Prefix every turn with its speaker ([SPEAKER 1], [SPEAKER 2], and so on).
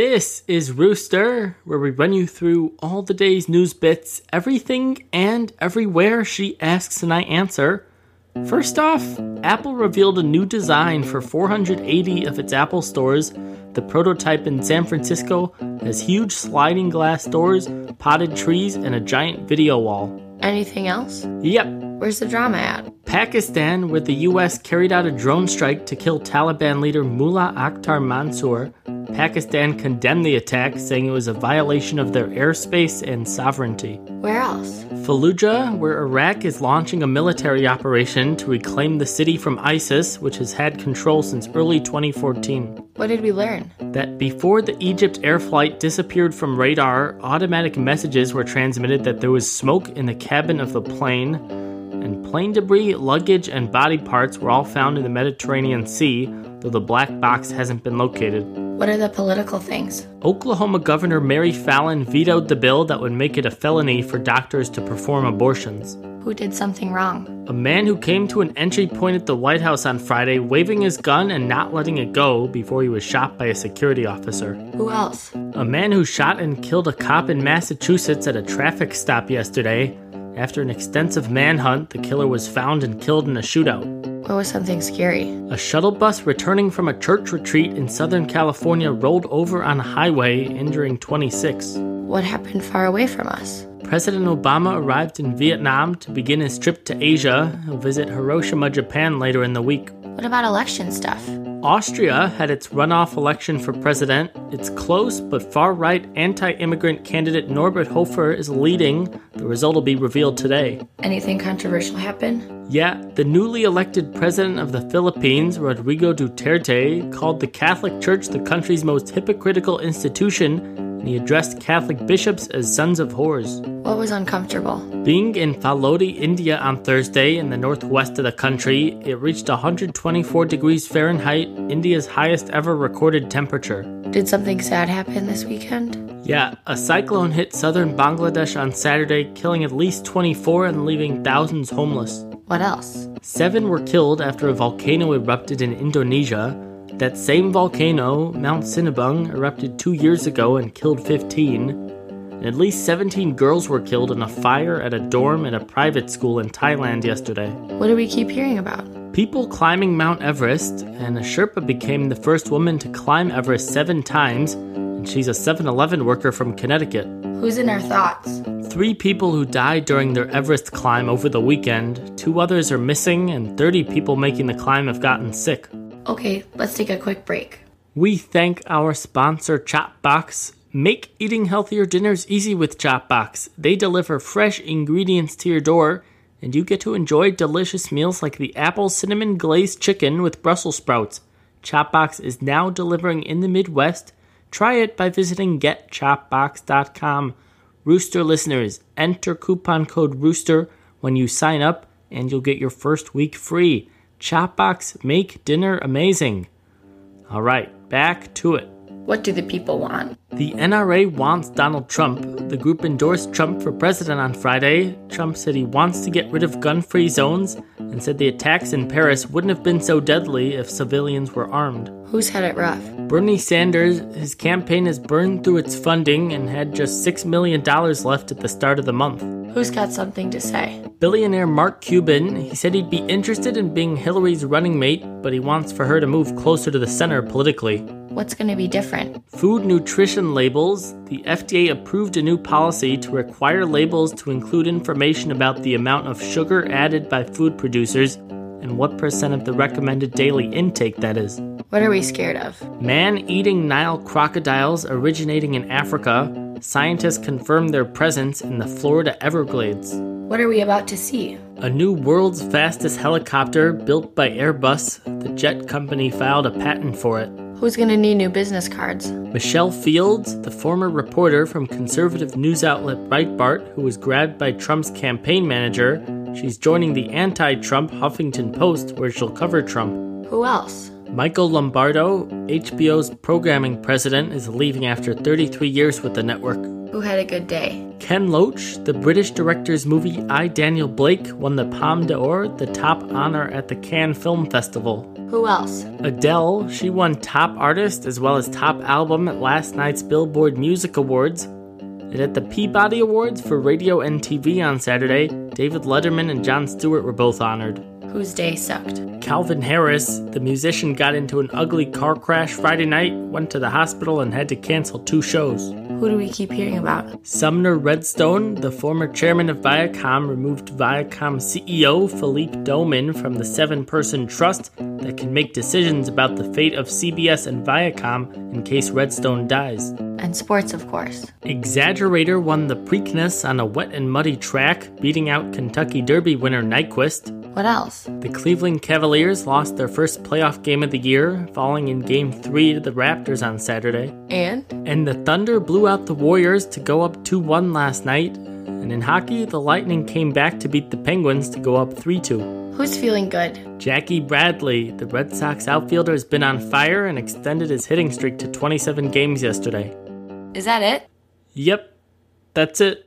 [SPEAKER 1] This is Rooster, where we run you through all the day's news bits, everything and everywhere she asks and I answer. First off, Apple revealed a new design for 480 of its Apple stores. The prototype in San Francisco has huge sliding glass doors, potted trees, and a giant video wall.
[SPEAKER 2] Anything else?
[SPEAKER 1] Yep,
[SPEAKER 2] Where's the drama at?
[SPEAKER 1] Pakistan, where the US carried out a drone strike to kill Taliban leader Mullah Akhtar Mansour. Pakistan condemned the attack, saying it was a violation of their airspace and sovereignty.
[SPEAKER 2] Where else?
[SPEAKER 1] Fallujah, where Iraq is launching a military operation to reclaim the city from ISIS, which has had control since early 2014.
[SPEAKER 2] What did we learn?
[SPEAKER 1] That before the Egypt air flight disappeared from radar, automatic messages were transmitted that there was smoke in the cabin of the plane, and plane debris, luggage, and body parts were all found in the Mediterranean Sea, though the black box hasn't been located.
[SPEAKER 2] What are the political things?
[SPEAKER 1] Oklahoma Governor Mary Fallon vetoed the bill that would make it a felony for doctors to perform abortions.
[SPEAKER 2] Who did something wrong?
[SPEAKER 1] A man who came to an entry point at the White House on Friday waving his gun and not letting it go before he was shot by a security officer.
[SPEAKER 2] Who else?
[SPEAKER 1] A man who shot and killed a cop in Massachusetts at a traffic stop yesterday. After an extensive manhunt, the killer was found and killed in a shootout.
[SPEAKER 2] What was something scary?
[SPEAKER 1] A shuttle bus returning from a church retreat in Southern California rolled over on a highway, injuring 26.
[SPEAKER 2] What happened far away from us?
[SPEAKER 1] President Obama arrived in Vietnam to begin his trip to Asia. He'll visit Hiroshima, Japan later in the week.
[SPEAKER 2] What about election stuff?
[SPEAKER 1] Austria had its runoff election for president. It's close, but far right anti immigrant candidate Norbert Hofer is leading. The result will be revealed today.
[SPEAKER 2] Anything controversial happen?
[SPEAKER 1] Yeah, the newly elected president of the Philippines, Rodrigo Duterte, called the Catholic Church the country's most hypocritical institution, and he addressed Catholic bishops as sons of whores.
[SPEAKER 2] What was uncomfortable?
[SPEAKER 1] Being in Falodi, India on Thursday in the northwest of the country, it reached 124 degrees Fahrenheit, India's highest ever recorded temperature.
[SPEAKER 2] Did something sad happen this weekend?
[SPEAKER 1] Yeah, a cyclone hit southern Bangladesh on Saturday, killing at least 24 and leaving thousands homeless.
[SPEAKER 2] What else?
[SPEAKER 1] Seven were killed after a volcano erupted in Indonesia. That same volcano, Mount Sinabung, erupted two years ago and killed 15. And at least 17 girls were killed in a fire at a dorm at a private school in Thailand yesterday.
[SPEAKER 2] What do we keep hearing about?
[SPEAKER 1] People climbing Mount Everest, and a Sherpa became the first woman to climb Everest seven times, and she's a 7 Eleven worker from Connecticut.
[SPEAKER 2] Who's in our thoughts?
[SPEAKER 1] Three people who died during their Everest climb over the weekend, two others are missing, and 30 people making the climb have gotten sick.
[SPEAKER 2] Okay, let's take a quick break.
[SPEAKER 1] We thank our sponsor, Chopbox. Make eating healthier dinners easy with Chopbox. They deliver fresh ingredients to your door, and you get to enjoy delicious meals like the apple cinnamon glazed chicken with Brussels sprouts. Chopbox is now delivering in the Midwest. Try it by visiting getchopbox.com. Rooster listeners, enter coupon code Rooster when you sign up, and you'll get your first week free. Chopbox make dinner amazing. All right, back to it.
[SPEAKER 2] What do the people want?
[SPEAKER 1] The NRA wants Donald Trump. The group endorsed Trump for president on Friday. Trump said he wants to get rid of gun free zones and said the attacks in Paris wouldn't have been so deadly if civilians were armed.
[SPEAKER 2] Who's had it rough?
[SPEAKER 1] Bernie Sanders, his campaign has burned through its funding and had just $6 million left at the start of the month.
[SPEAKER 2] Who's got something to say?
[SPEAKER 1] Billionaire Mark Cuban, he said he'd be interested in being Hillary's running mate, but he wants for her to move closer to the center politically.
[SPEAKER 2] What's going to be different?
[SPEAKER 1] Food nutrition labels. The FDA approved a new policy to require labels to include information about the amount of sugar added by food producers and what percent of the recommended daily intake that is.
[SPEAKER 2] What are we scared of?
[SPEAKER 1] Man eating Nile crocodiles originating in Africa. Scientists confirm their presence in the Florida Everglades.
[SPEAKER 2] What are we about to see?
[SPEAKER 1] A new world's fastest helicopter built by Airbus. The jet company filed a patent for it.
[SPEAKER 2] Who's going to need new business cards?
[SPEAKER 1] Michelle Fields, the former reporter from conservative news outlet Breitbart, who was grabbed by Trump's campaign manager, she's joining the anti Trump Huffington Post, where she'll cover Trump.
[SPEAKER 2] Who else?
[SPEAKER 1] Michael Lombardo, HBO's programming president, is leaving after 33 years with the network.
[SPEAKER 2] Who had a good day?
[SPEAKER 1] Ken Loach, the British director's movie I, Daniel Blake, won the Palme d'Or, the top honor at the Cannes Film Festival.
[SPEAKER 2] Who else?
[SPEAKER 1] Adele, she won Top Artist as well as Top Album at last night's Billboard Music Awards. And at the Peabody Awards for radio and TV on Saturday, David Letterman and Jon Stewart were both honored.
[SPEAKER 2] Whose day sucked?
[SPEAKER 1] Calvin Harris, the musician, got into an ugly car crash Friday night, went to the hospital, and had to cancel two shows.
[SPEAKER 2] Who do we keep hearing about?
[SPEAKER 1] Sumner Redstone, the former chairman of Viacom, removed Viacom CEO Philippe Doman from the seven person trust that can make decisions about the fate of CBS and Viacom in case Redstone dies.
[SPEAKER 2] And sports, of course.
[SPEAKER 1] Exaggerator won the Preakness on a wet and muddy track, beating out Kentucky Derby winner Nyquist.
[SPEAKER 2] What else?
[SPEAKER 1] The Cleveland Cavaliers lost their first playoff game of the year, falling in Game 3 to the Raptors on Saturday.
[SPEAKER 2] And?
[SPEAKER 1] And the Thunder blew out the Warriors to go up 2 1 last night. And in hockey, the Lightning came back to beat the Penguins to go up 3 2.
[SPEAKER 2] Who's feeling good?
[SPEAKER 1] Jackie Bradley, the Red Sox outfielder, has been on fire and extended his hitting streak to 27 games yesterday.
[SPEAKER 2] Is that it?
[SPEAKER 1] Yep, that's it.